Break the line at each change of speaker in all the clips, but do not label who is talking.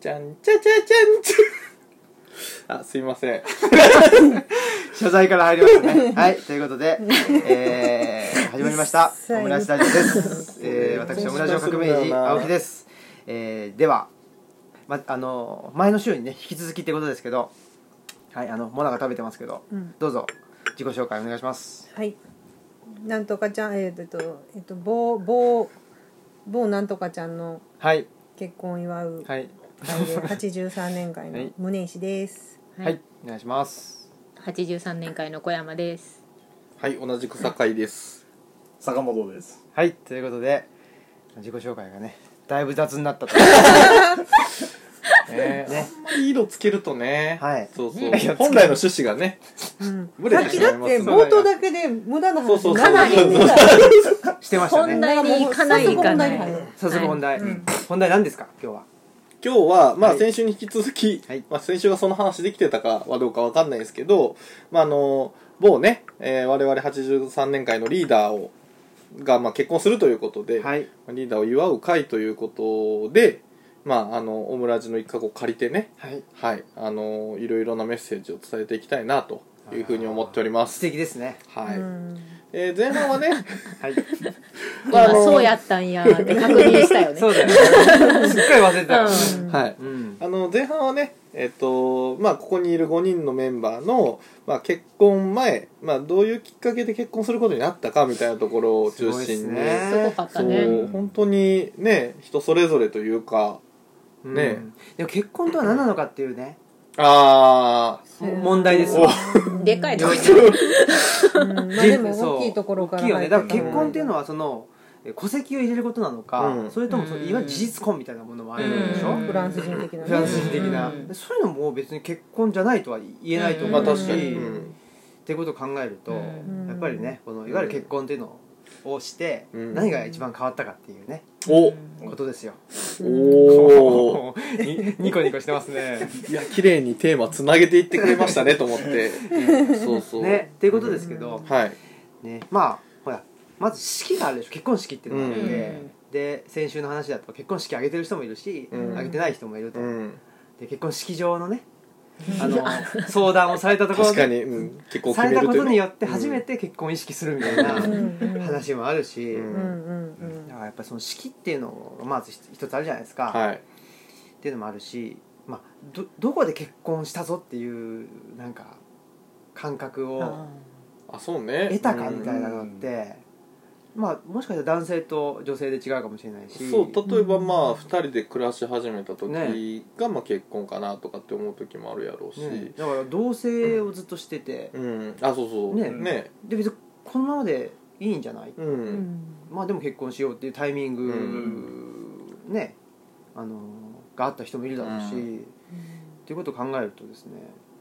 じゃんじゃじゃじゃんじゃ んあすいません
謝罪から入りましたね。はい、ということで、えー、始まりました。
一切
オムラジラジオです。えー、私、オムラジオ革命児、青木です。えー、では、ま、あの、前の週にね、引き続きってことですけど、はい、あの、モナが食べてますけど、
うん
どうぞ、自己紹介お願いします。
はい。なんとかちゃん、えっ、と、えっ、と、某、某、某なんとかちゃんの
はい、
結婚を祝う
はい、
会で、83年会
は
の
い
宗石です。
はい、お願いします。
83年会の小山です
はい同じく酒井です
坂本です
はい、ということで、自己紹介がね、だいぶ雑になったと。
ねあんまり色つけるとね
はい
そうそう
ね
本来の趣旨がね
うん。
ブ
さ
レ
ってき
し
だ
ま
っ
います
て冒頭だけで無駄な
そうそ
話
うそう
かなり出た。
してま した
本
ね。
題に行かない行かない
早速本題。本題何ですか、今日は。
今日は、まあ、
はい
先週に引き続き、
はい
まあ、先週がその話できてたかはどうかわかんないですけど、まあ、あの某ね、えー我々83年会のリーダーをが、まあ、結婚するということで、
はい、
リーダーを祝う会ということで、まあ、あのオムラジの一角を借りてね、
はい、
はい、あのいろいろなメッセージを伝えていきたいなというふうに思っておりま
素
す。
敵ですね。
はい
うん
えー前半はね、
はい。
まああ
今
の
そうやったんやーって確認 したよね
そうだよね。すっかり忘れてたからね。
うん
はい、
うん。
あの前半はね、えっとまあ、ここにいる5人のメンバーの、まあ、結婚前、まあ、どういうきっかけで結婚することになったかみたいなところを中
すごいです
心に、
ね
すごかった
そう
ね
本当にね人それぞれというかねえ
うんでも結婚とは何なのかっていうね、
ああ
うん
問題です
お
よ。
でかいとこ
うんまあでも大きいところから
大きいよね。だから
入って
結婚っていうのはその、え戸籍を入れることなのか、
うん
それともその
うん
いわゆる事実婚みたいなものもあるんでしょ、
うん
フランス人的なね
フランス人的な、
うん
でそういうのも別に結婚じゃないとは言えないと
うん
ま
思
あ
うし、
確かに、
う
うん
ってことを考えると、
うん
やっぱりねこのいわゆる結婚っていうのをして、
うん
何が一番変わったかっていうね、
お
ことですよ。
おお
にニコニコしてます ね。
いや綺麗にテーマつなげていってくれましたねと思ってそうそう
ね、っていうことですけど、
はい
ね、まあほらまず式があるでしょ結婚式っていうのがあるんで、
うん
で先週の話だと結婚式挙げてる人もいるし、
うん
挙げてない人もいると、
うん
で結婚式場のねあの相談をされたところ
確か
で
に、うん、結構
さ
決め
れた
る
こととに
いう
よって初めて結婚を意識するみたい
うん
な
うん
話もあるし、
うん
うんうん
だからやっぱりその式っていうのがまず一つあるじゃないですか、
はい
っていうのもあるし、まあ、どどこで結婚したぞっていうなんか感覚
うん
を
あ
あそうね
得たかみたいなのって、まあもしかしたら男性と女性で違うかもしれないし
そう例えば
うん
まあ2人で暮らし始めた時が、まあ、結婚かなとかって思う時もあるやろうし、
ね、だから同性をずっとしてて、
うんあそうそう
ね
ね
で別にこのままでいいんじゃない、
うん、
まあでも結婚しようっていうタイミング、ねあのーがあった人もいるだろうし、
うん
っていうことを考えるとですね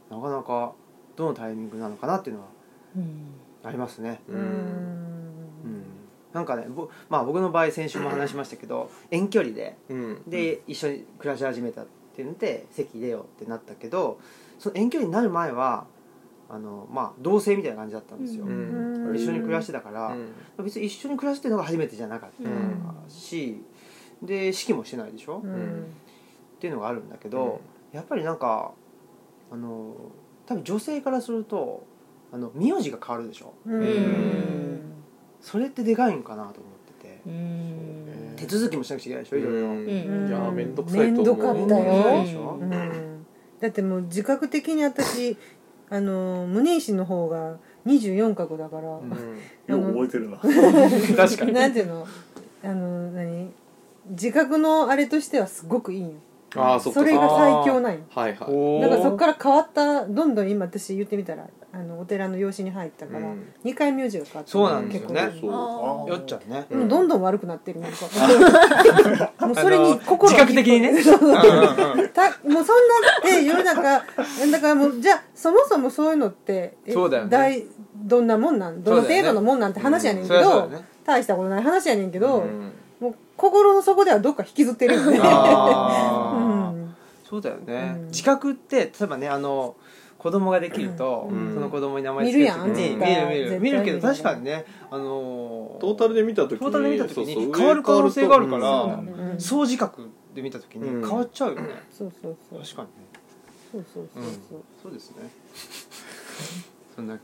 なかなかどのタイミングなのかなっていうのはありますね、
う
うん
うんんなんかねぼ、まあ、僕の場合先週も話しましたけど遠距離で
うん、
で一緒に暮らし始めたっていうので籍入れようってなったけどその遠距離になる前はあの、まあ、同棲みたいな感じだったんですよ、
うん
一緒に暮らしてたか
う
ら、
ん
別に一緒に暮らすっていうのが初めてじゃなかったし、で式もしてないでしょ、
う
っ
ん
ていうのがあるんだけど、やっぱりなんかあの多分女性からするとあの名字が変わるでしょ
うん
うん
それってでかいんかなと思ってて、
うん
手続きもしなくちゃいけないでしょいろいろ。
うん
うん
いやめんどくさいと思う
めんどかった
う
よ
ん
でしょ
うんだってもう自覚的に私あの宗石の方が24角だから、
ん
うん
よく覚えて るな
確かに
なんていうのあの何自覚のあれとしてはすごくいいよ
ああそっ
そ
か
れが最強なんよ
はいはい
だからそ
っ
っから変わったどんどん今私言ってみたらあのお寺の養子に入ったから、
うん
2回名字が変わった
そうなんですよね
結構
あ
あ
よっちゃんね
でもどんどん悪くなってるなんか もうそれに心
自
が
覚的にね
そうそうそう
うんうん
たもうそんなって世の中だからもうじゃあそもそもそういうのってえ
そうだよね
大どんなもんなんどの程度のもんなんて話やねんけ
そうだよ
ど、
ねうんそりゃそうだよね
大したことない話やねんけど、
うん
もう心の底ではどっか引きずってるよね。う
あー
ん
そうだよね、
うん
自覚って例えばねあの子供ができると、
うん
その子供に名前つける時
見るや
に
ん
見る見る
絶対
見るけど
見るよ
確かにねあのー
トータルで見た時
トータルで見た時に
そうそう
変わる可能性があるか
上
ら
変わると
うん
うん
総自覚で見た時に
うん
変わっちゃうよね、
そうそうそう
確かにね
そうそうそうそう
そうです ねそんな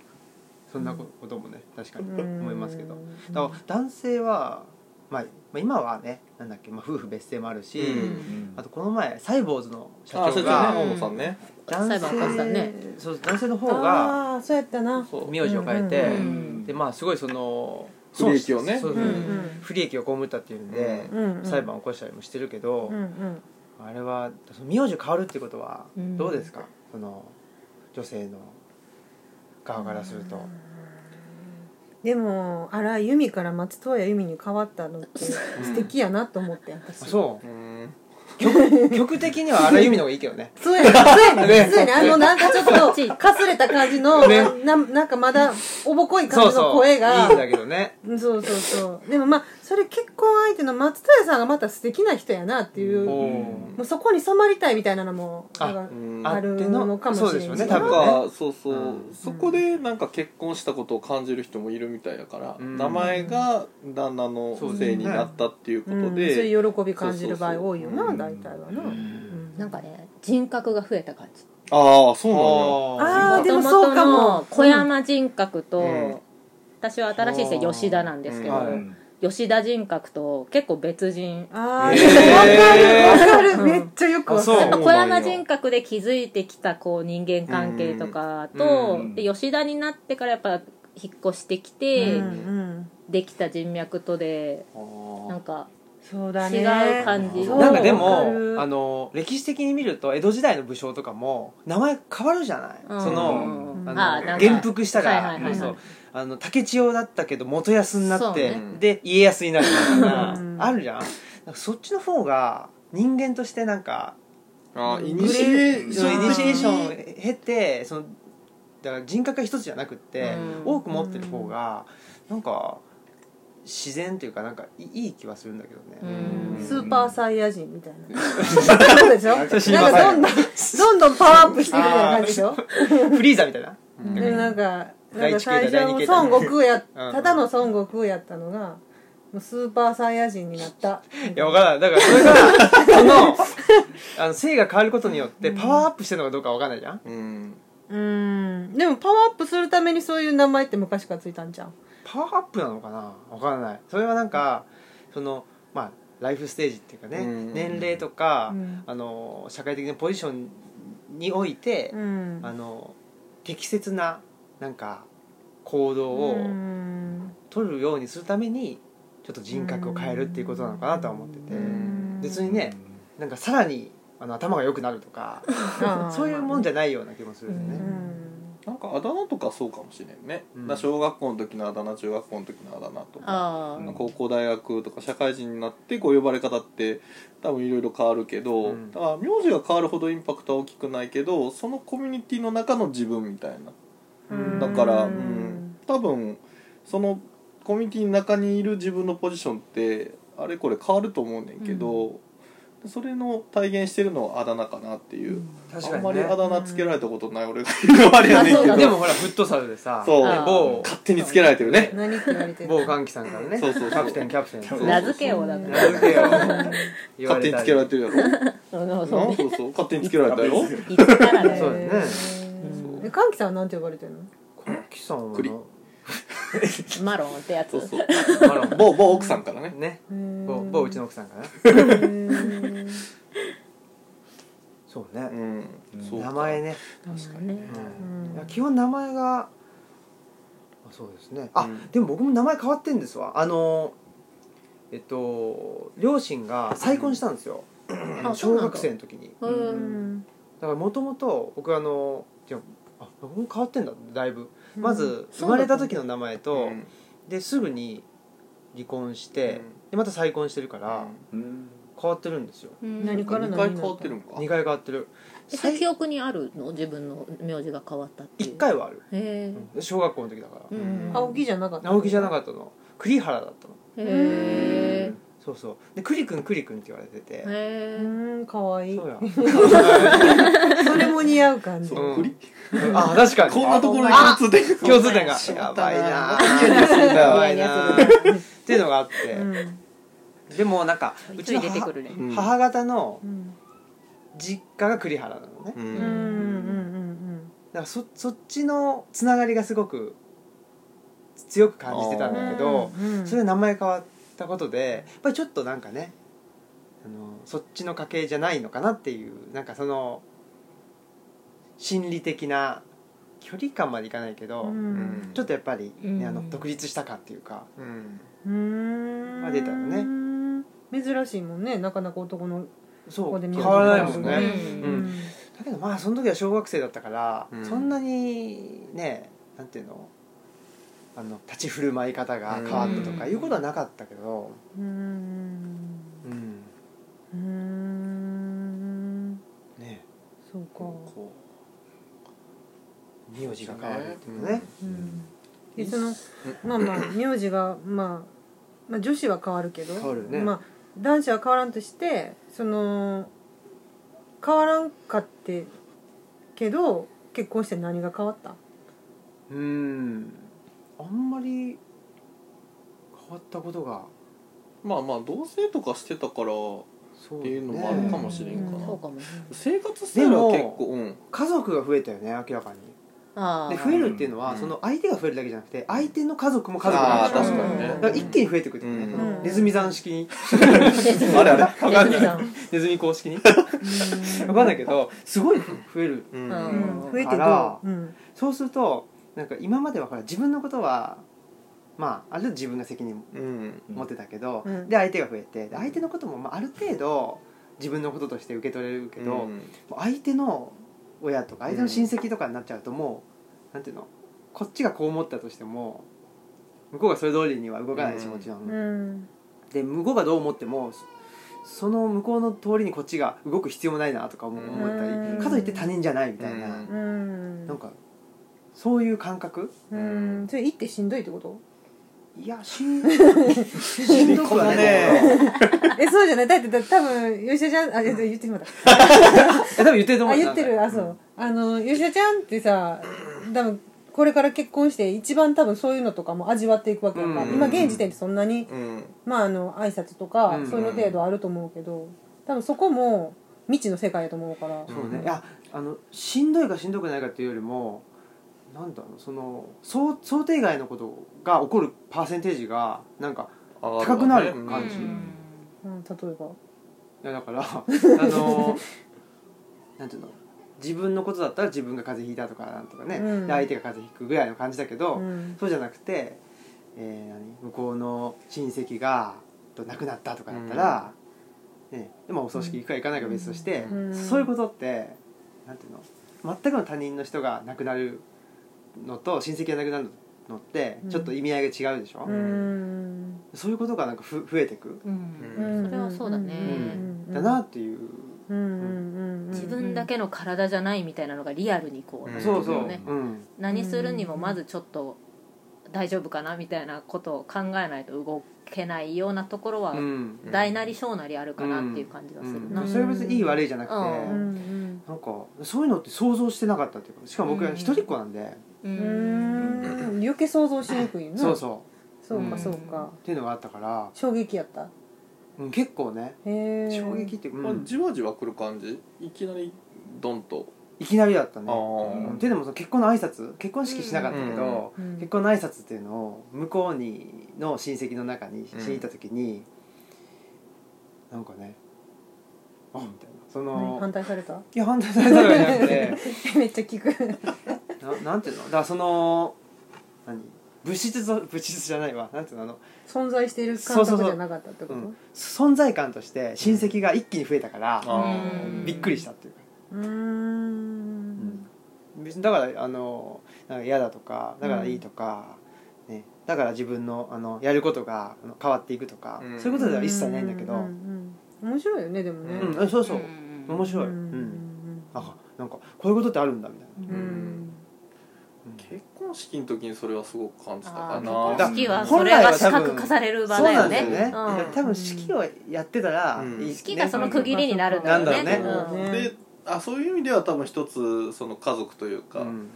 そんなここともね確かに
うん
思いますけどだから男性は、まあ、まあ今はねなんだっけ、まあ、夫婦別姓もあるし、
うん
あとこの前サイボーズの社
あ
長
社
が
長ね大野さんね
男
裁判官さんね
性そう男性の方が
ああーそうやったな
そう
名字を変えて、
うんうん
うん
でまあすごいその
不利益をね
そう
う
そ
ん
う
うん
不利益を被ったっていうんで、
うんうん
裁判を起こしたりもしてるけど、
うんうん
あれはその名字変わるってことは
うん
どうですか、その女性の側からすると、
でも荒井由実から松任谷由実に変わったのって素敵やなと思って私
あそう
うん
曲曲的には荒井由実の方がいいけどね
そうやねそうやね
ね
そうやねあのなんかちょ
そっ
っ
ち
とかすれた感じの
ね
ななんかまだおぼこい
そ
感
う
じ
そ
の
う
声
いい
が
んだけどね
うんそうそうそうでもまあそれ結婚相手の松任谷さんがまた素敵な人やなっていう、も
お
ん
うそこに染まりたいみたいなのも
あ
なんか
うん
あるのかもしれん
そうでしょう
な
ね
ん
多分ね
かそうそう、
うん
そこでなんか結婚したことを感じる人もいるみたいだから、
うん
名前が旦那のせいになったっていうこ
うん
と
そう
で、
いう喜び感じる場合多いよな
そうそうそううん
大体はな、うん
なんかね人格が増えた感じ
ああそうなんだ
あ
あーでもそうかも
元々の小山人格と、
うん
私は新しい姓吉田なんですけど、
うん
はい
吉田人格と結構別人
ああ、
え
で
ー
もわかるわかる、
うん
めっちゃよく
あ
わか
そう
やっ
る
ぱ小山人格で築いてきたこう人間関係とかと、
うん
で吉田になってからやっぱ引っ越してき
うん
て、
うん
できた人脈とで
あ
な
ー
んか
そうだね
違う感じ
そう
なんかで
わ
も
る
あの歴史的に見ると江戸時代の武将とかも名前変わるじゃない、
うん
その
うん
あ
あーな
の
んか
元服したら、
はいはいはいはい
そうあの竹千代だったけど元康になって、
そう
ね
で家康になるみたいな、
うん
あるじゃんなんかそっちの方が人間としてなんか
あーイニ
グ
シ
レ
エ
ー
ーシ
そうイ
ョン
ニシエーション経てそのだから人格が一つじゃなくって、
うん
多く持ってる方がなんか自然というかなんかいいい気はするんだけどね、
うん
スーパーサイヤ人みたい なそうでしょなん
そ
か
れ
知りません
どんどんどんどんパワーアップしていくみたいな感じ でしょ
フリーザみたいな
うん
でもなんかなん
第
か
一形態
最初
第二
も
形態
孫悟空や
うん
ただの孫悟空やったのがもうスーパーサイヤ人になった
いや、わからない。だから、そ れが、その、あの、性が変わることによって、パワーアップしてるのかどうかわかんないじゃん。
うん
うんでもパワーアップするためにそういう名前って昔からついたんじゃん
パワーアップなのかなわからない。それはなんか、その、まあ、ライフステージっていうかね、
うん
年齢とか、
うん
あの、社会的なポジションにおいて
う、ん
あの、適切な、なんか、行動を
うん
取るようにするために、ちょっと人格を変えるっていうことなのかなとは思ってて、
うん
別にね、なんかさらに、あの頭が良くなるとか
あー
そういうもんじゃないような気もするよ
う
ね。
ん
なんかあだ名とかそうかもしれんね、
うん
だから小学校の時のあだ名中学校の時のあだ名とか
あー
高校大学とか社会人になってこう呼ばれ方って多分いろいろ変わるけど、
うん
だから名字が変わるほどインパクトは大きくないけどそのコミュニティの中の自分みたいな
うん
だから、
う
うんん多分そのコミュニティの中にいる自分のポジションってあれこれ変わると思うねんけど、それの体現してるのはあだ名かなっていう、
確
あ
か
ん
に
まり
ね
あだ名つけられたことない俺が言うのはあれやねんけ
あそうだ
ど
ね
でもほらフットサルでさ
そう
あー
某
勝手につけられてるね
何って言われてる
某歓喜さんからね
そうそうそう
キャプテンキャプテン
そう
名付けをだから
名付けよ言わ
勝手に
れた
つ
り
けられてるやろ
うんそう
な
ね
そうそう勝手につけられたやろ
いつからね
そうだね
えカンキさんはなんて呼ばれてるの
歓喜さんは
栗
マロンってやつ
そうそう
あら
某某奥さんからね
ね某
某
某うちの奥さんからそう
う
ね
んそうか
名前ね
確かにね
うんいや基本名前があそうですねあ
うん
でも僕も名前変わってんですわあのえっと両親が再婚したんですよ
あそう
小
なんだ
学生の時に
う
うん
だからもともと僕あのじゃあ僕も変わってんだだいぶまず生まれた時の名前と、
うん
ですぐに離婚して、
うん
でまた再婚してるから、
うん
変わってるんですよ
うん
何から
二
何
回変わってるんか
2回変わってる
えそれ記憶にあるの自分の名字が変わったっていう
1回はある、
へ
うん小学校の時だから、
え、う
うん
ん、
青木じゃなかった
青木じゃな
っ
かったの栗原だったの
へ
そうそうで栗くん栗くんって言われてて
え、へ
た
え
うんかわいい
そうや
それも似合う感じ
そ
うん
う栗
あ確かに
こんなところに
あ
共通点
共通点が
しま
や
ったな
ばいな
ニヤニヤするな
やばいなっていうのがあって、
うん
でもなんかう
い
ち
つい
の
出て
母,、
くるね
う。ん
母方の
うん
実家が栗原なのね、
う
だか
うんんうんうん
らそそっちのつながりがすごく強く感じてた
うんん
だけど、
うんうん
それが名前変わったことでやっぱりちょっとなんかねあのそっちの家系じゃないのかなっていうなんかその心理的な距離感までいかないけど、
うん
ちょっとやっぱり、ねあ
う
の
ん
独立した感っていうか、
うん
うん
まあ出たの
ね珍しいもんねなかなか男の
そ
子で
う
見
変
る
わらないもん
変わらない
ね
もん
う
ね
ん
だけどまあその時は小学生だったから、
うん
そんなにねなんていうのあの立ち振る舞い方が変わったとか
うん
いうことはなかったけど、
うん
うん
うん
ね
そうか
こ
名字が変わるっていううね、
うんでそのまあまあ名字が、まあ、まあ女子は変わるけど
変わるよね
まあ、男子は変わらんとしてその変わらんかってけど結婚して何が変わった
うんあんまり変わったことが
まあまあ同棲とかしてたから
そう
っ
ね
ていうのもあるかもしれんか
そう
な
かもね。
生活スタイルは
で
結
も
構うん
家族が増えたよね明らかに
あ
で
あ。
増えるっていうのは、
うん
その相手が増えるだけじゃなくて相手の家族も家族
あ
な
あ
んです
確
よ
かにね
だから一気に増えてくるよね、
うん
そのネズミ山式に
あれあれわかん
ネズ
な
ミ
い
さん
ネズミ公式に
うん
わかんないけどすごい増える
うん
う
うん増えて
あ
ど
ら
う、うん
そうするとなんか今まではほら自分のことはまあある程度自分が責任
うん
持ってたけど、
うん
で相手が増えてで相手のこともまあある程度自分のこととして受け取れるけど、もう相手の親とか相手の親戚とかになっちゃうともう、なんていうのこっちがこう思ったとしても向こうがそれ通りには動かないし、
うん
もちろん、
うん
で向こうがどう思ってもそその向こうの通りにこっちが動く必要もないなとか思思ったり、
うん
かといって他人じゃないみたいな、
うん
うん
なんかそういう感覚
うんそれ行ってしんどいってこと
いやしん しんどくはないね
えそうじゃないだってだって多分吉田ちゃんあえっと言ってしまった
多分言ってると思
あ
うよ
言ってる
なん
あ
か
そう、あの吉田ちゃんってさ多分これから結婚して一番多分そういうのとかも味わっていくわけだから、
うん
今現時点でそんなに、
うん
まああの挨拶とか、
うん
そういうの程度あると思うけど多分そこも未知の世界やと思うから、
そうねいやあのしんどいかしんどくないかっていうよりもなんだろうその想想定外のことが起こるパーセンテージがなんか高くなる感じ
うん
うん、例えば
いやだ からあのなんていうの自分のことだったら自分が風邪ひいたとかなんとかね、
うん
で相手が風邪ひくぐらいの感じだけど、
うん
そうじゃなくて、えー何向こうの親戚がと亡くなったとかだったら、ね、でもお葬式行くか行かないか別として、
うん
そういうことってなんていうの全くの他人の人が亡くなるのと親戚が亡くなるのって
うん
ちょっと意味合いが違うでしょ、
うーん
そういうことがなんかふ増えてく、
うん。
うん
それはそうだね
だなっていう、
うんうんうんうん
自分だけの体じゃないみたいなのがリアルにこうなってく
そう
る
そう、
よね。
うん
何するにもまずちょっと大丈夫かなみたいなことを考えないと動けないようなところは
うん
大なり小なりあるかなっていう感じがするな、
うんそれは別にいい悪いじゃなくて、
うん
うん
なんかそういうのって想像してなかったっていうかしかも僕は一人っ子なんで、
うん
うん
うーん余計想像しにくいな
そうそう
そうか
うん
そうか、
っていうのがあったから、
衝撃やった
うん、結構ね
へえ
衝撃っていうか、
ま
う
あ
ん
じわじわ来る感じいきなりドンと
いきなりだった
あ
ね、うん、
ー
ででもその結婚の挨拶結婚式しなかったけど、
うんうん
結婚の挨拶っていうのを向こうにの親戚の中にしに行った時に、なんかねあみたいなそ
何
の
反対された
いや反対されたわけじゃなくて。
めっちゃ聞く
ななんていうのだからその何物質ぞ物質じゃないわなんていうのあの、
存在している
そ
感
うそう
覚
そう
じゃなかったってこ
う、
とうん
存在感として親戚が一気に増えたから、
あ
うん
びっくりしたっていうか、
ーん
別にだからあのなんか嫌だとかだからいいとか、ね、だから自分のあのやることがあの変わっていくとか、
うん
そういうことでは一切ないんだけど、う
うんんうん面白いよねでもね
うん
あそうそう、
うん
面白い、うんあなんかこういうことってあるんだみたいな、
うんうん
結婚式の時にそれはすごく感じた
あ
か
あ
な
結婚式はそれは資格化される場だよ
そうなん
ね
だよね、
うん
いや多分式をやってたら、
うん
いいね
式がその区切りになるんだよね
なんだろう
ね
であそういう意味では多分一つその家族というか、
うん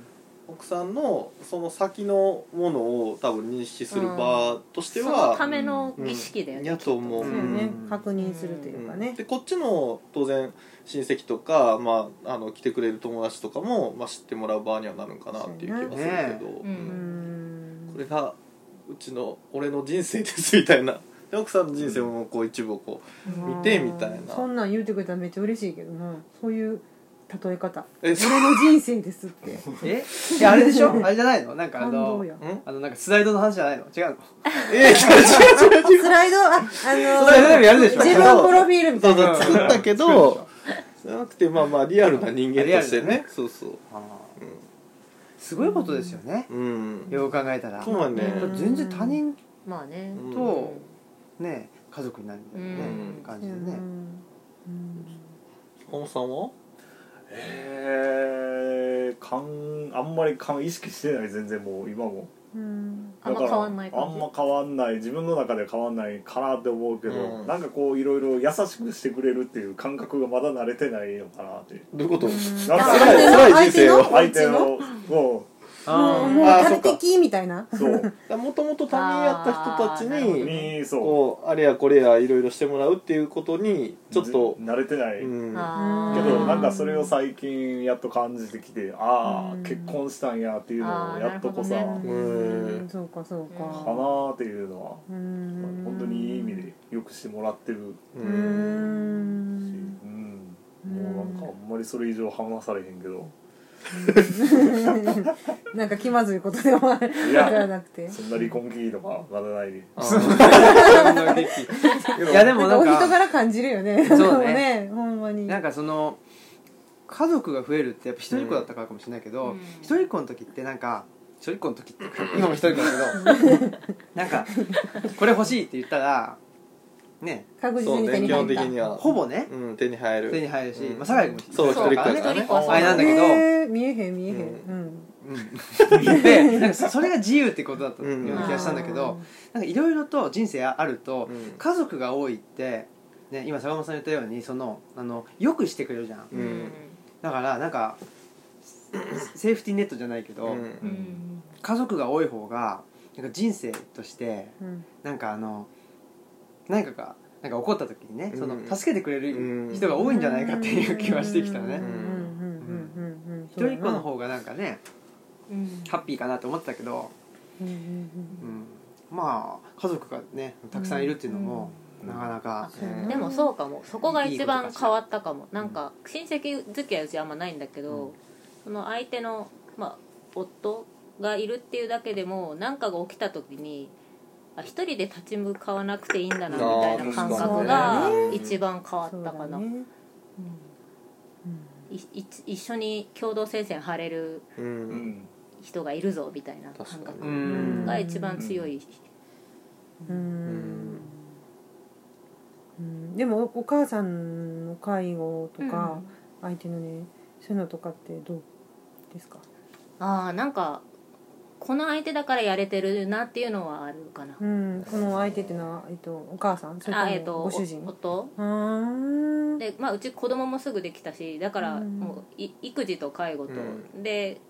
奥さんのその先のものを多分認識する場として
その
は、
ための儀式だよ
うん
ね、
やと思う
そううんね確認するというかね
でこっちの当然親戚とか、まあ、あの来てくれる友達とかも、まあ、知ってもらう場にはなるんかなっていう気はするけど、
そうね
う
うんん
これがうちの俺の人生ですみたいなで奥さんの人生もこう一部をこ見てみたいな
そんなん言うてくれたらめっちゃ嬉しいけどなそういう例 え方
うえそ
俺の人生ですって
え いやあれでしょあれじゃないのなんかあ
感動
の
や
ん
あのなんかスライドの話じゃないの違うの
え
あスライドああの
スライドでもやるでしょ
自分プロフィールみた
そうそ
い
う
な
作ったけどじゃなくてまあまあリアルな人間として
リアルだ
ねそうそう
あーすごいことですよね、
うん
よく考えたら
そうはね
だって全然他人
まあね、
うん
とね家族になるみたいなね、
うん
感
う
じでね、
んうん
本さんは
えー、かんあんまりかん意識してない全然もう今も
うん
あんま
だから
変わんない感じ
あんま変わんない自分の中では変わんないかなって思うけど、
うん
なんかこういろいろ優しくしてくれるっていう感覚がまだ慣れてないのかなっていう
どういうこと
なんか
辛い辛い人生を
相手のも
もうもう
あー
食べ的みたいな
うそう
もともと他人やった人たち
あーなるほど
に
にそう
こうあれやこれやいろいろしてもらうっていうことにちょっと
慣れてない、
うん
あ
け
ー
どなんかそれを最近やっと感じてきてああ
うん
結婚したんやっていうのをやっとこさ、
あーなるほどね
うんそうかそうか
かなーっていうのは
うん
本当にいい意味でよくしてもらってる
う
うん
し、
ん
うん
うん
もうなんかあんまりそれ以上話されへんけど
なんか気まずいことでもある
い
だから
や
なくて
そんな離婚危機とかまだないで
あー
いやで
な
も
ん
な
か
ん
お人
か
柄感じるよね
そうだ
でもほんまに
なんかその家族が増えるってやっぱ一人っ子だったからかもしれないけど、
うん
一人っ子の時ってなんか一人っ子の時って今も一人っ子だけどなんかこれ欲しいって言ったらね
確
そ
実
う
に手
ね
に
基
入
本
った
的には
ほぼね
うん手に入る
手に入るし、
うん
まあ、酒井君も一
そう一人っ子や
だ
から
一人
ね
っ子はそう
あれなんだけど、
へー見えへん見えへんう ん
でなんかそれが自由ってことだったよう
う
な気がしたんだけど、
あー
なんかいろいろと人生あると、
うん
家族が多いって、ね、今坂本さん言ったようにそのあのよくしてくれるじゃん
うん
だからなんかセーフティーネットじゃないけど、
うん
うんうん
家族が多い方がなんか人生として
うん
なんかあの何かがなんか怒った時にね、
うん
その助けてくれる人が多いんじゃないかっていう気はしてきたね、
うんうんうんうんうん
一人っ子の方がなんかね
うん
ハッピーかなと思ってたけど、
うんうん
うん、まあ家族がねたくさんいるっていうのも、
うん
なかなか、
うん
でもそうかもそこが一番変わったかもなんか親戚付き合いうちあんまないんだけど、
うん
その相手の、まあ、夫がいるっていうだけでも何かが起きた時にあ一人で立ち向かわなくていいんだなみたいな感覚
あ
が
ー
一番変わ
そう
った
だ
かな、
ね
いい一緒に共同戦線張れる
う
うんん
人がいるぞみたいな感
確か
覚
に
うん
が一番強い、
うんうんでもお母さんの介護とか相手のねそういうのとかってどうですか
ああなんかこの相手だからやれてるなっていうのはあるかな、
うんこの相手ってのはえっとお母さんそれ
あえっ、
と
と
もご主人
お夫
うーん
で、まあ、うち子供もすぐできたしだから
うん
もうい育児と介護と、
う
で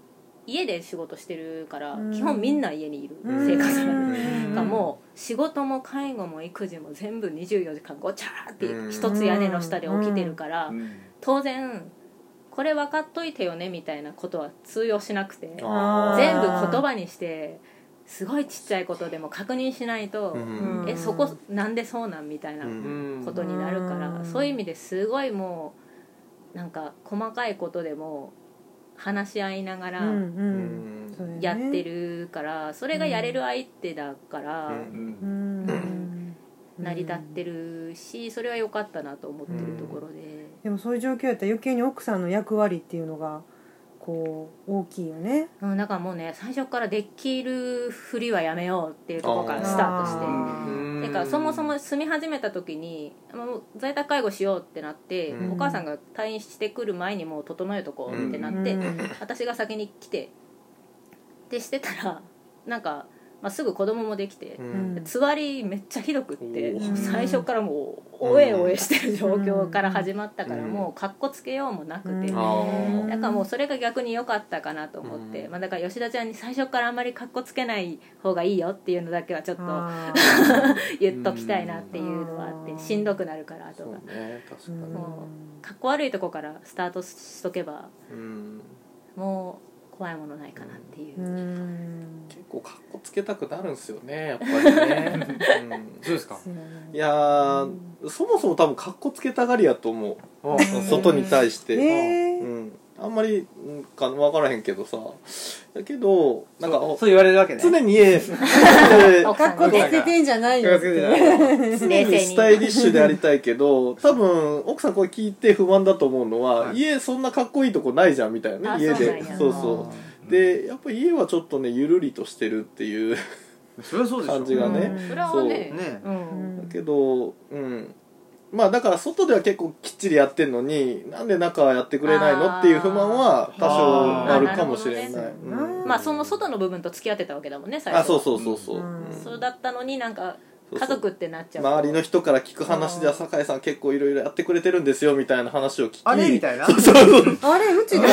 家で仕事してるから、
うん
基本みんな家にいる
うん
生活な
うん
で、
ん
がもう仕事も介護も育児も全部24時間ごちゃーって
うん
一つ屋根の下で起きてるから、
うん
当然これ分かっといてよねみたいなことは通用しなくて全部
あー
言葉にしてすごいちっちゃいことでも確認しないと、
うん
えそこなんでそうなんみたいな。
うん
うん
ことになるから、
うん
そういう意味ですごいもうなんか細かいことでも話し合いながら
うん
う
うん
ん
そうだよね
やってるから、それがやれる相手だから、
うん
うん
うん
成り立ってるしそれは良かったなと思ってるところで、
でもそういう状況やったら余計に奥さんの役割っていうのがこう大きいよね
うんだからもうね最初からできるふりはやめようっていうところからスタートして
あー
うん
てかそもそも住み始めた時にもう在宅介護しようってなって、
うん
お母さんが退院してくる前にもう整えとこうってなって、
うん
私が先に来てでしてたらなんか、ままあ、すぐ子供もできて
う、
うん
ん
つわりめっちゃひどくって
お
ー
最初からもう
うん
おえおえしてる状況から始まったから
うん
もうかっこつけようもなくて、
あー
だからもうそれが逆に良かったかなと思って、
うん
まあ、だから吉田ちゃんに最初からあんまりかっこつけない方がいいよっていうのだけはちょっと
あ
言っときたいなっていうのはあっ
うん
てしんどくなるから
そ
とか
うね確か
ー
に
もかっこ悪いとこからスタートしとけば
うん
もう怖いものないかなっていうう、
ん
結構かっこつけたくなるんですよねやっぱりね、
どうですか
うんいやーそもそも多分かっこつけたがりやと思う
お
うん
外に対して、
え
う
ー
ん、あんまりうんか分からへんけどさだけどなんか
そう言われるわけね
常に え
お
かっこつけてんじゃないよって
常にスタイリッシュでありたいけど多分奥さんこれ聞いて不満だと思うのは、
はい
家そんなかっこいいとこないじゃんみたいな
あ
ね家
そうな
で
んや
そうそううんでやっぱ家はちょっとねゆるりとしてるっていう
それはそうでしょ
感じがね、
それ
う
はね
んね
うん
だけどうんまあだから外では結構きっちりやってんのになんで中はやってくれないのっていう不満は多少あるかもしれない
あーなる
う
ほどね
ん
まあその外の部分と付き合ってたわけだもんね最初
あそうそうそうそう、
うん
うん
そうだったのになんか
そうそ
家
う
族ってなっちゃうと
周りの人から聞く話では酒井さん結構いろいろやってくれてるんですよみたいな話を聞き
あれみたいな
そうそうそう
あれうちで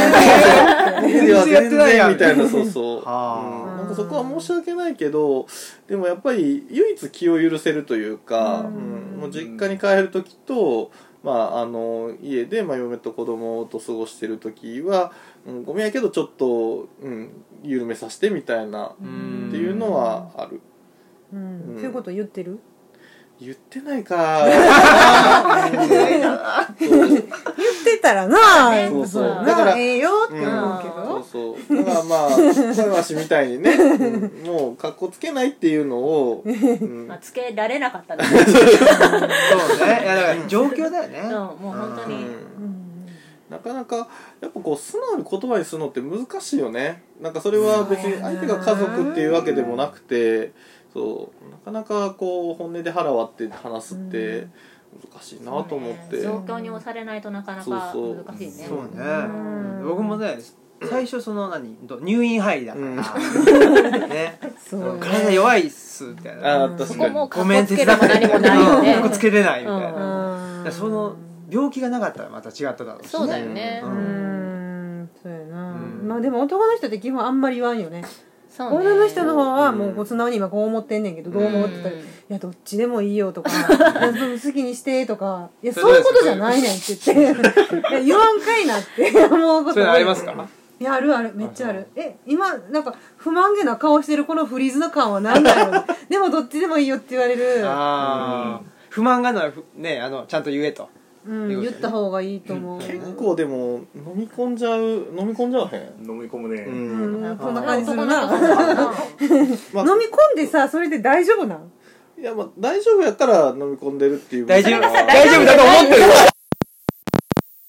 全然
やってないやん
みたいなそうそう、
は
うん
あ
なんかそこは申し訳ないけどでもやっぱり唯一気を許せるというか、
うん
うんもう実家に帰る時と、まあ、あの家で、まあ、嫁と子供と過ごしてる時は、うん、ごめんやけどちょっと、うん、緩めさせてみたいな
うん
っていうのはある
うんそういうこと言ってる
言ってないか
言ってたらな
そうそう
な
だから
ええよって
う
思うんけ
う
ど
そうそうだからまあ小林みたいにね、うんもうかっこつけないっていうのを、うん
まあ、つけられな かったね
そうねいやだから状況だよね
うんもう本当
う
に
ん
うん
なかなかやっぱこう素直に言葉にするのって難しいよねなんかそれは別に相手が家族っていうわけでもなくてそうなかなかこう本音で腹割って話すって難しいなと思って、
そうね状況に押されないとなかなか難しいね
そうね
うん
僕もね最初その何ど入院入りだからね
そう
体弱いっすみたいな
ああ
うん
確
そ
か
こ
に
もか
ご
っ
め
こ
ん
つ
手
け
伝
る
っ
も
て
何もないよ
うんかっこ
ね
つけれないみたい
うん
なだからその病気がなかったらまた違っただろうしね
そうだよね
う
うん
そうやな
うん
まあでも男の人って基本あんまり言わんよね
そうね
女の人の方はもうこう素直に今こう思ってんねんけどどう思うって言ったら「
う
い
ん
やどっちでもいいよ」とか「いやでも好きにして」とか「いやそういうことじゃないねん」って言って「いや言わんかいな」って思うこと
それありますか
いやあるあるめっちゃあるえ今なんか不満げな顔してるこのフリーズの感は何だろうでもどっちでもいいよって言われる、
ああ不満があるならふねあのちゃんと言えと
うん、
よし
言った方がいいと思う、
結構でも飲み込んじゃう飲み込んじゃわへん、
飲み込むね、
うん
うんこんな感じするな
男の人 だな
まあ
飲み込んでさそれで大丈夫なん
いやまあ大丈夫やから飲み込んでるっていう
大丈夫
それがさ
大丈夫だと思ってる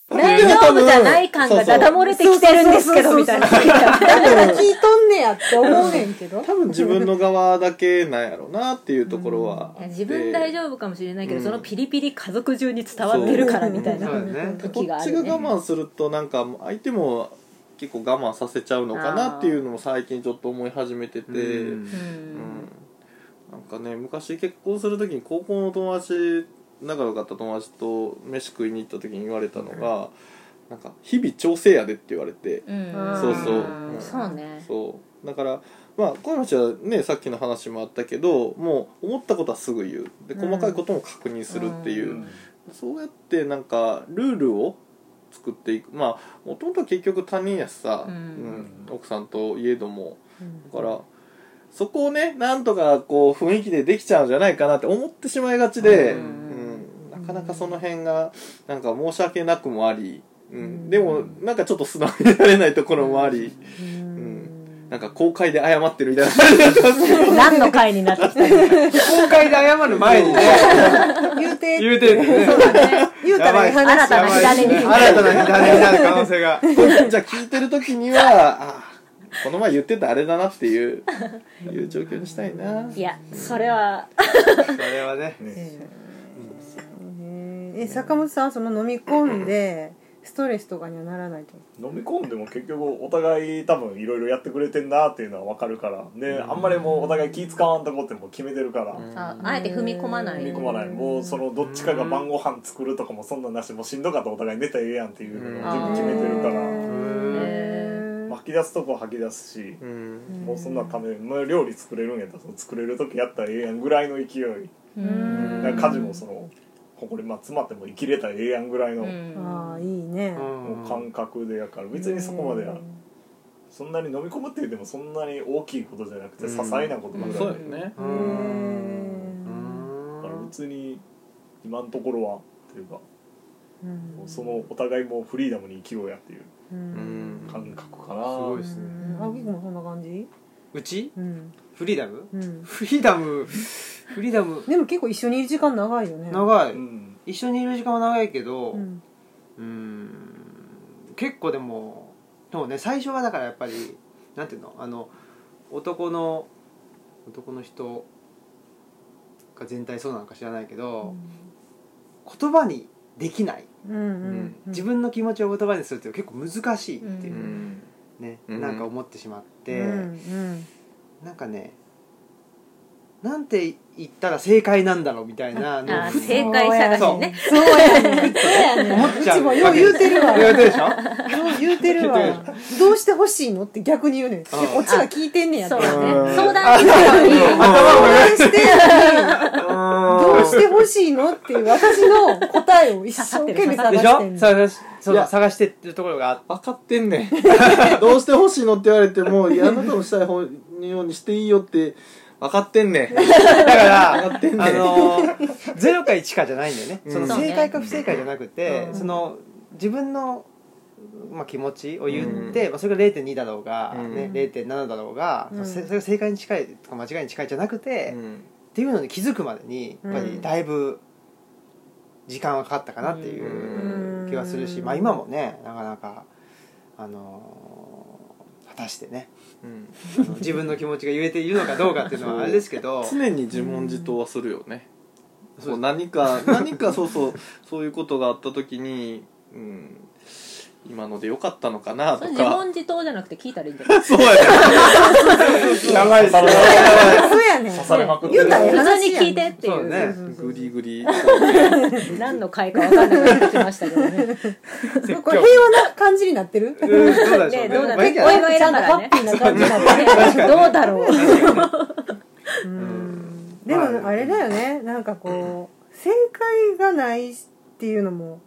大丈夫じゃない感がだだ漏れてきてるんですけどみたいな
そうそうそうそうだから聞いとんねやって思うねんけど
多分自 分の側だけなんやろうなっていうところはあっ
い
て
や自分大丈夫かもしれないけど、
うん
そのピリピリ家族中に伝わってるからみたいな
そうだね
こっ
時
ち
が
が
あ
我
る、ね、
慢するとなんか相手も結構我慢させちゃうのかなっていうのも最近ちょっと思い始めてて、うん
う
なんかね昔結婚する時に高校の友達仲良かった友達と飯食いに行った時に言われたのが「なんか日々調整やで」って言われて、
ん、
そうそう
うんそうね
そうだからまあ小山ちゃんはねさっきの話もあったけどもう思ったことはすぐ言うで細かいことも確認するっていう。
うん
そうやってなんかルールを作っていくまあもともとは結局他人やしさ、
うん
うん奥さんといえどもだからそこをねなんとかこう雰囲気でできちゃうんじゃないかなって思ってしまいがちで、
う
うんんなかなかその辺がなんか申し訳なくもあり、うん
うん
でもなんかちょっと素直になれないところもあり、
うん
なんか公開で謝ってるみたいな感じ
何の回になってきた
公開で謝る前にね
言うて
言うてるんだよね
言うたらいい話
やばい新たな火種に
新たな火種になる可能性が
じゃあ聞いてる時にはあこの前言ってたあれだなっていういう状況にしたいな。
いやそれは
それはね
ね
えーえ坂本さんはその飲み込んでストレスとかにはならないと思
飲み込んでも結局お互い多分いろいろやってくれてんなっていうのは分かるからで、あんまりもうお互い気使わんとこってもう決めてるから、
ああえて踏み込まな
踏
い
み込まないもうそのどっちかが晩ご飯作るとかもそんなんなしもうしんどかったらお互い寝たらええやんっていうのを全部
うん
決
う
めてるか
へ
ら
ーへー
吐き出すとこは吐き出すし、
うん
もうそんなため、まあ、料理作れるんやったらその作れる時やったらええやんぐらいの勢い、
うん
だから家事もそのここにまあ詰まっても生きれたらええやんぐらいの、
ああいいね
もう感覚でやから別にそこまではそんなに飲み込むって言ってもそんなに大きいことじゃなくて
うん
些細なこと
ま
ぐ
あ
らい
そうよね
う
へ
ん
だから別に今のところはっていうか
うん
そのお互いもうフリーダムに生きようやっていう
う
う
んん
感覚かな、
すごいです
う
ね
ん青木君もそんな感じ
うち
うん
フリーダム
うん
フリーダムフリーダム
でも結構一緒にいる時間長いよね
長
う
い
ん
一緒にいる時間は長いけど
う
うんーん
結構でもでもね最初はだからやっぱりなんていうのあの男の男の人が全体そうなのか知らないけど、言葉にできない、
うんうん
自分の気持ちを言葉にするって結構難しいっていうう、
ん
ね、
うん
なんか思ってしまって、
うん
なんかねなんて言ったら正解なんだろうみたいなのを
あ
ふ
ー
と
正解探しね
そうやね
思っちゃう
うちもよう言うてるわ
言うてるでしょ
そう言うてるわどうしてほしいのって逆に言うねん
うん
えこっちが聞いてんねやって
そうだ
うん
ね相談に行けばいい
相談してんのにどうしてほしいのっていう私の答えを一生懸命探
でし
してん
ょ
の
探しそう
いや
探してってるところがあって
分かってんねんどうしてほしいのって言われて もいやあなたのしたい方のようにしていいよって分かってんねん
だから
分かってんね
あ
ん
のー、0か1かじゃないんだよね
うん
その
そうね
正解か不正解じゃなくて、
うん
その自分の、まあ、気持ちを言って、まあ、それが0.2だろうが、
うん
ね、0.7だろうが、
うん
そそれが正解に近いとか間違いに近いじゃなくて、
う
っ
ん
ていうのに気づくまでにやっぱりだいぶ時間はかかったかなっていう気はするし、
うん
まあ、今もねなかなか、あのー果たしてね
うん
あの自分の気持ちが言えているのかどうかっていうのはあれですけど。
常に自問自答はするよね、そう何か何かそうそうそういうことがあった時に、うん、今ので良かったのかな
そ
と
れ自
か
問自答じゃなくて聞いたらいいんじゃない
そうやね
長いですね
そうやねん
刺されまくって
言う
る
たらええ
普通
話
に
やね
聞
ん
いてってい
そう
う
ね
グリグリ
何の会か分かんなくなってきましたけどね
これ平和な感じになってる
うんどうなんでしょう
ね
ね。
どうだ
まあ
ろ
いうい
お
んじゃない
ちゃん
祝いだからね
とハッピーな感じになってる
どうだろう
うんでもあれだよねなんかこう正解がないっていうのも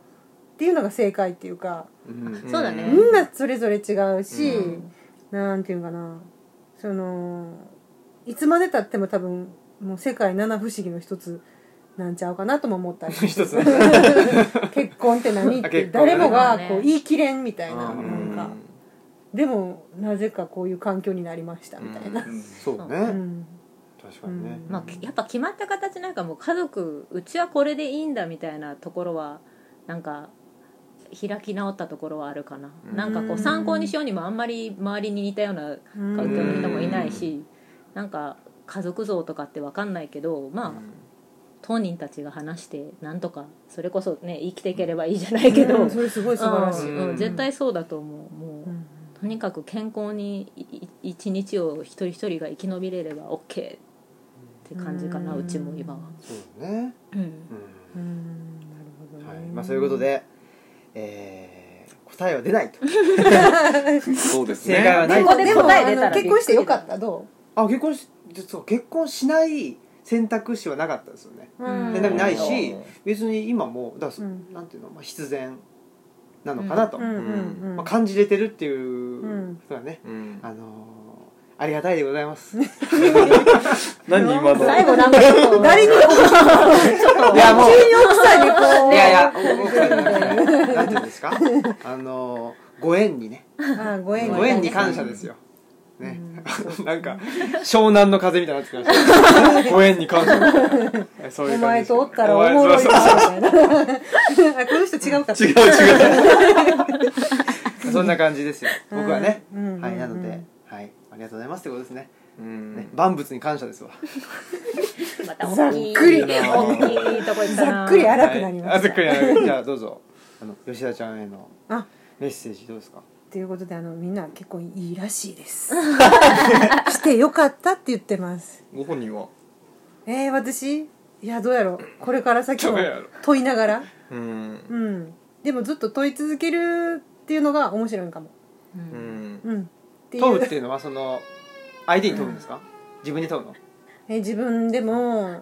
っていうのが正解っていうか
うん
そうだね
みんなそれぞれ違うし、
うん
なんていうかなそのいつまでたっても多分もう世界七不思議の一つなんちゃうかなとも 思ったり
一つ
結婚って何っ
あ
て
結婚
誰もが
ね
こう言い切れんみたいな,、
う
なんかでもなぜかこういう環境になりましたみたいな、
うん
そうね、
うん
確かにね、
うん
まあ、やっぱ決まった形なんかもう家族うちはこれでいいんだみたいなところはなんか開き直ったところはあるかな、
うん
なんかこう参考にしようにもあんまり周りに似たような環境の人もいないし、なんか家族像とかって分かんないけどまあ、当人たちが話してなんとかそれこそね生きていければいいじゃないけど、
う
うん
んそれすごい素晴らしい、
うん絶対そうだと思うもう、
うん
とにかく健康にいい一日を一人一人が生き延びれれば OK って感じかな
うん
うちも今は、
そうね、
うん
う
う
ん
んなるほどね、
はいまあ、そういうことで、えー、答えは出ないと
そうです
正解
ね
はない
で
と
も
ここで
でも
答え出たら
あの結婚してよかったど
あ結婚しそう結婚しない選択肢はなかったですよね
う、
うん
選択肢ないし
うん
別に今もだから、
うん
なんていうの、まあ、必然なのかなと、
うんうんうん
まあ、感じれてるってい
ん
うことはね、
うん
あのー、ありがたいでございますい
何今の
最後なんかちょっと
誰にも
やもう
急に奥さんにこう
いやいや奥さんじゃなくてなんていうんですかあのー、ご縁にね
あご縁
ご縁に感謝ですよ。ね、 なんか湘南の風みたいになってきました。ご縁に感謝。そうい
お
う感
前
じですけ
と
ど。
おったらおもろい
そう
な
そう
みたいなあこの人違うか
違う違う
そうそんな感じですよ。僕はね。
うんうんうんうん
はい、なので、はい、ありがとうございますってことですね。
うん
ね万物に感謝ですわ。
また大きい
ざっくり
大きいとこ行ったな
ざっくりやらなくなりました
はいあざっくりやらなくじゃあ、どうぞ。あその吉田ちゃんへの
あ
メッセージどうですか
ということであのみんな結構いいらしいです してよかったって言ってます
ご本人は
えー、私いやどうやろうこれから先も
ろ
問いながら
うん
うんでもずっと問い続けるっていうのが面白いんかも
う
うんん
うんってい
問うっ
う
ていうのはその相手に問うんですか、自分に問うの
え自分でも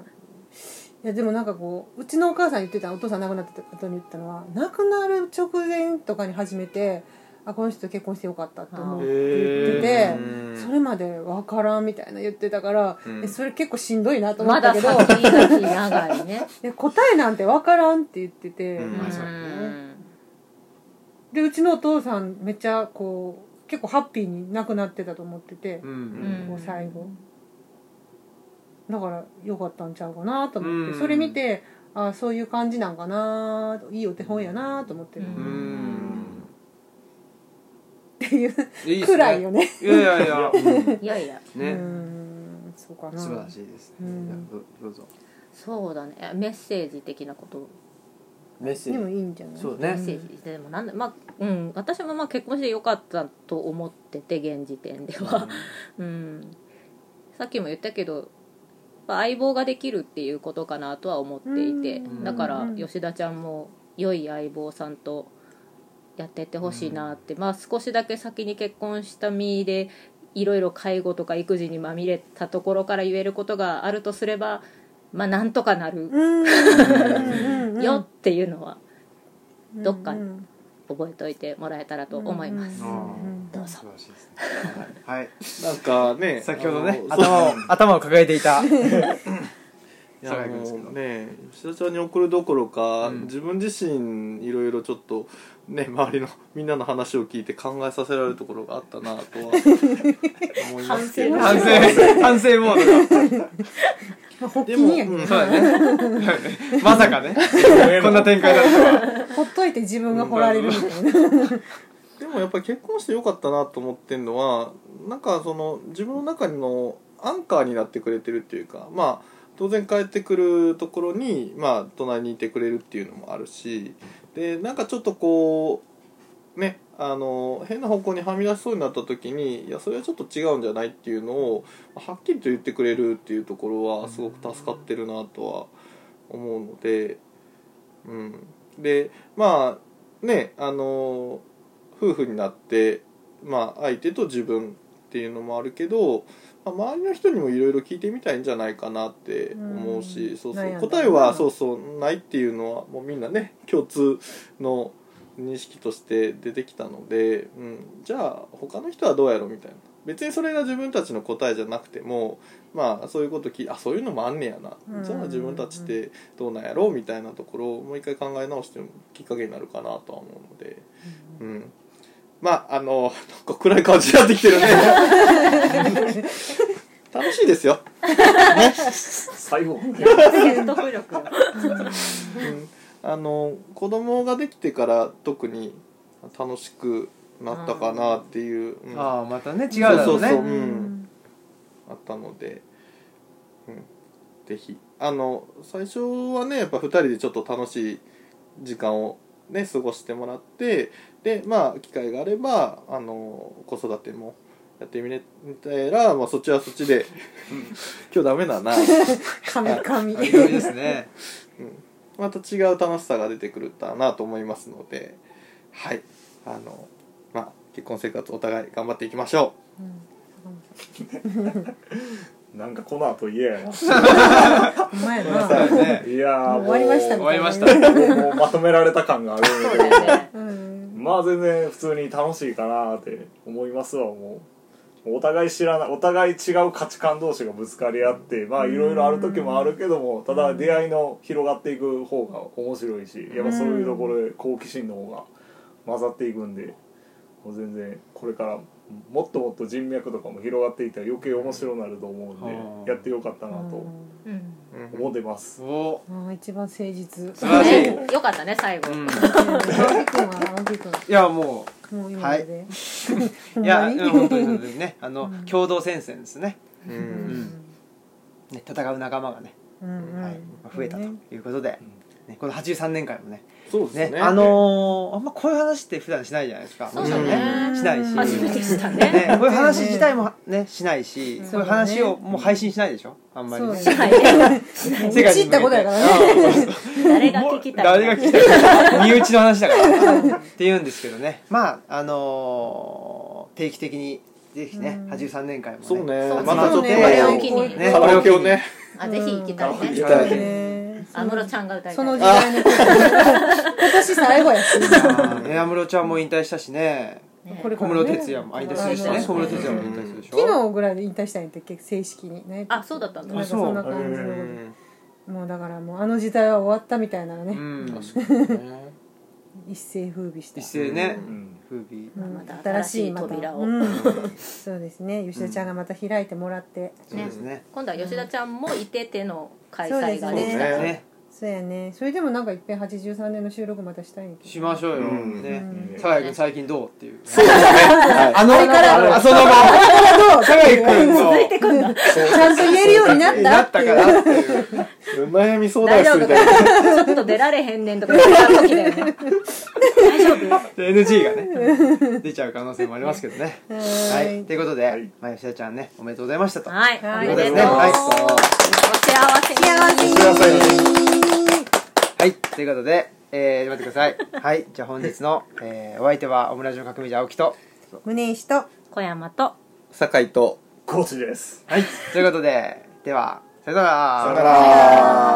いやでもなんかこううちのお母さん言ってたお父さん亡くなった後に言ったのは亡くなる直前とかに初めてあこの人と結婚してよかったって思うって言ってて
う、ん
それまで分からんみたいな言ってたから、
うん
えそれ結構しんどいなと思
ま
った
だ
けど、
先々長いね
で答えなんて分からんって言ってて、
うんまあそうだ
うん
でうちのお父さんめっちゃこう結構ハッピーに亡くなってたと思ってて
う、
うんん
もう最後だから良かったんちゃうかなと思って、
うん
それ見てあそういう感じなんかないいお手本やなと思ってる、
うん
うん、
ってい
いい
う
っすね
くらいよね
いやいやいや
いやいや
ね、
うんそうかな
素晴らしいですね、
うん
いやどどうぞ
そうだねえメッセージ的なこと
メッセ
で
ー
も
ジ
いいんじゃない
そうね
メッセージでもなんだまあうん私もまあ結婚してよかったと思ってて現時点では、うん、さっきも言ったけどまあ相棒ができるっていうことかなとは思っていて
うん
だから
うん
吉田ちゃんも良い相棒さんとやってってほしいなって、まあ少しだけ先に結婚した身でいろいろ介護とか育児にまみれたところから言えることがあるとすればまあなんとかな
う
る
んうんうん
よっていうのは
うん
どっか覚えておいてもらえたらと思います。
うん
うん
あー素晴らしいですねはい、はい
なんかね
先ほどね
あの
頭を頭を抱えていた
いや
酒井君です
も
けど
うね吉田ちゃんに送るどころか、
うん
自分自身いろいろちょっとね周りのみんなの話を聞いて考えさせられるところがあったなとは思いますけど
反省反省モード
まあ発
で
起人
も、
やけ
う
ど
ん、
だねまさかねこんな展開だったら
ほっといて自分が掘られるみたいな
でもやっぱり結婚してよかったなと思ってんのはなんかその自分の中のアンカーになってくれてるっていうかまあ当然帰ってくるところにまあ隣にいてくれるっていうのもあるしでなんかちょっとこうねあの変な方向にはみ出しそうになった時にいやそれはちょっと違うんじゃないっていうのをはっきりと言ってくれるっていうところはすごく助かってるなとは思うのでうんでまあねあの夫婦になって、まあ、相手と自分っていうのもあるけど、まあ、周りの人にもいろいろ聞いてみたいんじゃないかなって思うし、
うん
そうそ
悩んだ
う
り
答えはそうそうないっていうのはもうみんなね共通の認識として出てきたので、うん、じゃあ他の人はどうやろうみたいな別にそれが自分たちの答えじゃなくてもまあそういうこと聞いあそういうのもあんねやな、
うん
じゃあ自分たちってどうなんやろうみたいなところをもう一回考え直してもきっかけになるかなとは思うので。うんまああのなんか暗い感じになってきてるね楽しいですよ、
最後
説得力よ
うん、あの子供ができてから特に楽しくなったかなっていう、うんあ
ああまたね違うだろうね
そうそううんったので、うん、ぜひあの最初はねやっぱ2人でちょっと楽しい時間をね過ごしてもらってでまあ機会があればあの子育てもやってみれたら、まあ、そっちはそっちで 今日ダメだな
神神
いろいろですね
また違う楽しさが出てくるかなと思いますのではいあのまあ結婚生活お互い頑張っていきましょ
なんかこの後言えやな
お前や
ごめんなさ
ない
ね
いやー
もう終わりました
終
も
わりました
た
うもうまとめられた感がある
そ
ん
う
だ
だよ
けど
ね
うん
まあ全然普通に楽しいかなって思いますわもうお互い知らないお互い違う価値観同士がぶつかり合ってまあいろいろある時もあるけどもただ出会いの広がっていく方が面白いしやっぱそういうところで好奇心の方が混ざっていくんでもう全然これからもっともっと人脈とかも広がっていったら余計面白くなると思うん
はあ
でやってよかったなと
うん
う、うん
思ってます。
お
ああ一番誠実
素晴らしい
ねよかったね最後、
うん
青木君は青木君
いやも
もう今まで、
ういやうん本当に本当にねあの共同戦線ですね
う
うん
ん
ね戦う仲間がね
うんうん
はい、増えたということで、ね、この83年間もね
そうですね
ねあのーあんまこういう話って普段しないじゃないですか
そう
だね
しないし
初めてしたね
ね、こういう話自体もねしないし、
そ
こう
うだね
いう話をもう配信しないでしょあんまりね
そう
しないね
世界
知
に
っ
向け
た
て
ことやからね
誰が聞きたい
誰が聞きたいか 身内の話だからって言うんですけどねまああのー定期的にぜひね、
うん
83年会もね
そうね
集
またちょっと
ね
これ
を機に
ね
カラオケをね
あぜひ行きたい
行き
ね
たい
ね
安室ちゃんが歌いた
そ
い
の時代の曲今年最後やし
あ ーね安室ちゃんも引退したしね
ね
これ
小室哲也もあ引退するしね小
そう
室
ですね
哲也も引退するでしょ
昨日ぐらいで引退したんやったっけ正式にね
あそうだったんだ
なんかそんな感じ
あそう
の
うん
もうだからもうあの時代は終わったみたいなの
う
ね
ん
確かにね
一世風靡した
一斉ね
うん
風靡
うん
また新しい扉を
うんそうですね吉田ちゃんがまた開いてもらって
そうですね
今度は吉田ちゃんもいてての開
そうで
催
す
が
そう
で
ね
ね
きた
うん
ね
そうやねそれでもなんかいっぺん83年の収録またしたいんやけど
しましょうよ、
うん
ね
うん
酒井君最近どうっていう
そうですねはい
あの
れから
あのあその場
どう
酒井君の
ちゃんと言えるようになっ
なっ
たって
た
い
か
う
らっていう
お悩み相談
大丈
室み
夫か
たいな
ちょっと出られへんねんとか言った時だよね大丈夫
で NG がね出ちゃう可能性もありますけどねは
はい
ということで、
はい
まあ、吉田ちゃんねおめでとうございましたと
はい、
はい
おめでとう、
はい
お幸
幸
せ
せ
に
に
はいということで、えー、待ってくださいはいじゃあ本日の、えー、お相手はオムラジオ革命者青木と
胸石と
小山と
酒井と
コーチです
はいということでではさよなら
さよなら